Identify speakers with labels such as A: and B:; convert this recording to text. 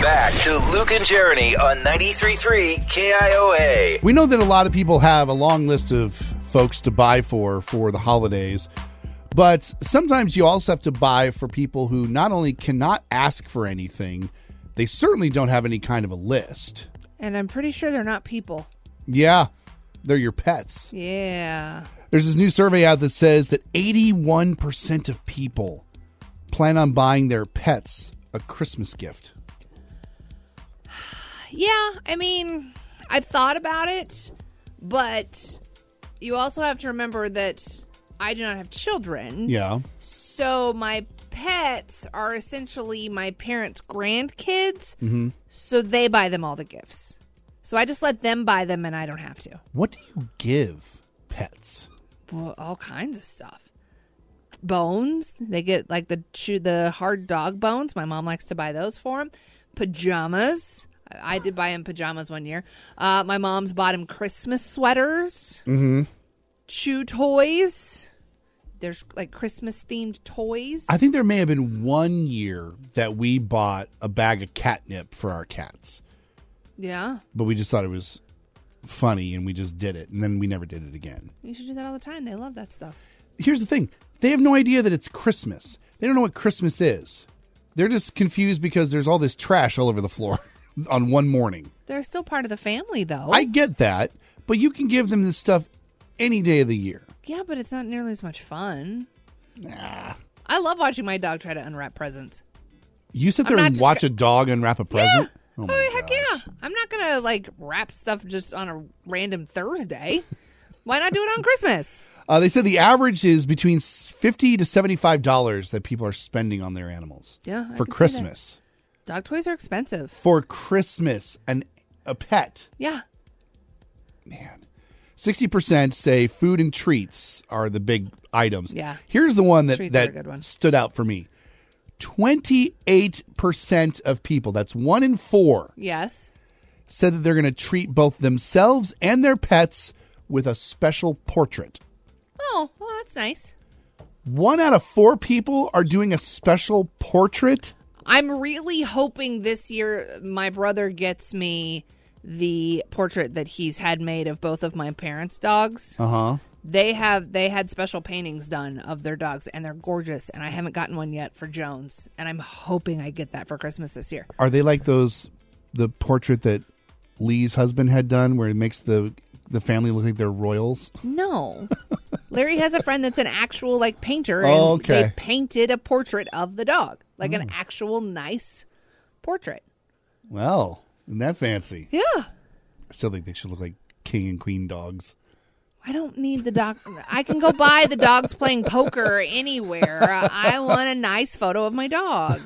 A: Back to Luke and Jeremy on 93.3 KIOA.
B: We know that a lot of people have a long list of folks to buy for for the holidays, but sometimes you also have to buy for people who not only cannot ask for anything, they certainly don't have any kind of a list.
C: And I'm pretty sure they're not people.
B: Yeah, they're your pets.
C: Yeah.
B: There's this new survey out that says that 81% of people plan on buying their pets a Christmas gift.
C: Yeah, I mean, I've thought about it, but you also have to remember that I do not have children.
B: Yeah.
C: So my pets are essentially my parents' grandkids. So they buy them all the gifts. So I just let them buy them and I don't have to.
B: What do you give pets?
C: Well, all kinds of stuff. Bones. They get like the chew the hard dog bones. My mom likes to buy those for him. Pajamas. I I did buy him pajamas one year. Uh, my mom's bought him Christmas sweaters. Mm-hmm. Chew toys. There's like Christmas themed toys.
B: I think there may have been one year that we bought a bag of catnip for our cats,
C: yeah,
B: but we just thought it was funny and we just did it, and then we never did it again.
C: you should do that all the time. They love that stuff.
B: Here's the thing they have no idea that it's Christmas, they don't know what Christmas is. They're just confused because there's all this trash all over the floor on one morning.
C: They're still part of the family, though.
B: I get that, but you can give them this stuff any day of the year.
C: yeah, but it's not nearly as much fun. I love watching my dog try to unwrap presents.
B: You sit
C: I'm
B: there
C: not
B: and
C: just
B: watch a dog unwrap a present?
C: Yeah.
B: Oh
C: Oh,
B: my
C: heck
B: gosh.
C: yeah. I'm not going to like wrap stuff just on a random Thursday. Why not do it on Christmas?
B: Uh, they said the average is between fifty to seventy-five dollars that people are spending on their animals.
C: Yeah, I
B: for
C: can see that.
B: Christmas.
C: Dog toys are expensive.
B: For Christmas, an a pet.
C: Yeah.
B: Man, sixty percent say food and treats are the big items.
C: Yeah.
B: Here's the one that
C: Treats are a
B: that
C: good one.
B: stood out for me. Twenty-eight percent of people, that's one in four,
C: Yes.
B: said that they're going to treat both themselves and their pets with a special portrait.
C: Oh, well, that's nice.
B: One out of four people are doing a special portrait.
C: I'm really hoping this year my brother gets me the portrait that he's had made of both of my parents' dogs.
B: Uh huh.
C: They have they had special paintings done of their dogs and they're gorgeous and I haven't gotten one yet for Jones and I'm hoping I get that for Christmas this year.
B: Are they like those the portrait that Lee's husband had done where it makes the the family look like they're royals?
C: No. Larry has a friend that's an actual like painter and
B: Oh, okay. Mm.
C: they painted a portrait of the dog. Like an actual nice portrait.
B: Well, isn't that fancy?
C: Yeah.
B: I still think they should look like king and queen dogs.
C: I don't need the dog. I can go buy the dogs playing poker anywhere. I want a nice photo of my dog.